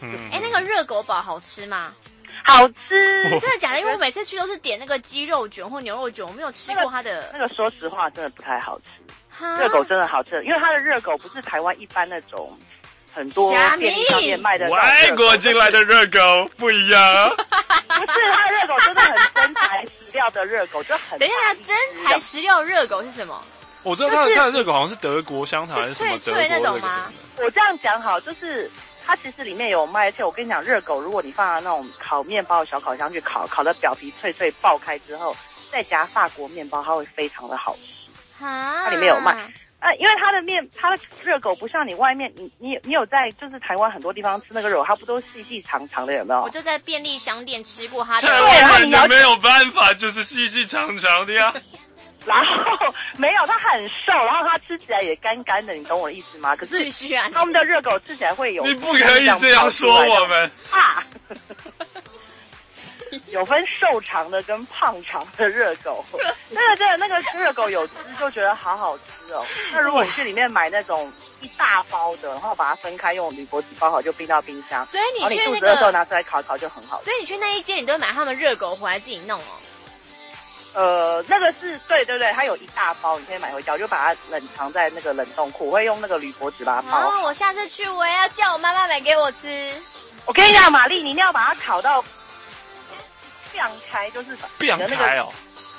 嗯哎、那个热狗堡好吃吗？好吃。真的假的？因为我每次去都是点那个鸡肉卷或牛肉卷，我没有吃过它的那个说实话真的不太好吃，哈热狗真的好吃，因为它的热狗不是台湾一般那种很多虾米店上面卖的那种热外狗国进来的热狗不一样啊，不是它的热狗真的很真材实料的热狗，就很等一下，真材实料热狗是什么？ 我知道他的他的热狗好像是德国香肠还是什么是德脆国脆那热狗种吗我这样讲好，就是它其实里面有卖，而且我跟你讲，热狗如果你放到那种烤面包的小烤箱去烤，烤的表皮脆脆爆开之后，再夹法国面包，它会非常的好吃。哈，它里面有卖。啊，因为它的面，它的热狗不像你外面，你你你有在就是台湾很多地方吃那个肉，它不都细细长长的，有没有我？就在便利商店吃过它台的，湾人就没有办法，就是细细长长的 呀。然后没有，它很瘦，然后它吃起来也干干的，你懂我的意思吗？可是是居然他们的热狗吃起来会有，你不可以这样说我们。啊，有分瘦长的跟胖长的热狗，真的真的啊那个热狗有汁就觉得好好吃哦。那如果你去里面买那种一大包的，然后把它分开用铝箔纸包好，就冰到冰箱，所以你哦然后去你肚那子饿的时候个，拿出来烤一烤就很好吃。所以你去那一间，你都会买他们热狗回来自己弄哦。呃，那个是对对对，它有一大包，你可以买回家，我就把它冷藏在那个冷冻库，我会用那个铝箔纸把它包好。啊，我下次去我也要叫我妈妈买给我吃。我跟你讲，玛丽，你一定要把它烤到亮开，就是把不想开哦，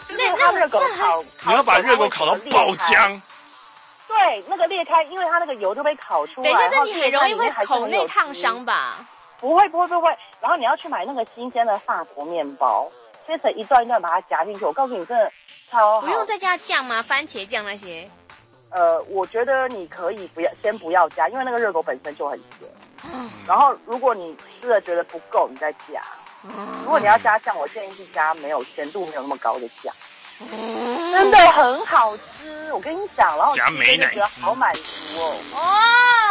就是它热狗烤，你要把热狗烤到爆焦。浆。对，那个裂开，因为它那个油就被烤出等来。一下，然后这你很容易会裂开里面还是口很有内烫汁伤。吧？不会不会不会，然后你要去买那个新鲜的法国面包，切成一段一段把它夹进去。我告诉你，真的超好。不用再加酱吗？番茄酱那些？呃，我觉得你可以不要先不要加，因为那个热狗本身就很咸。然后如果你吃了觉得不够，你再加。如果你要加酱，我建议是加没有咸度没有那么高的酱，真的很好吃。我跟你讲，然后加吃一美个乃就觉得滋好满足哦。哦，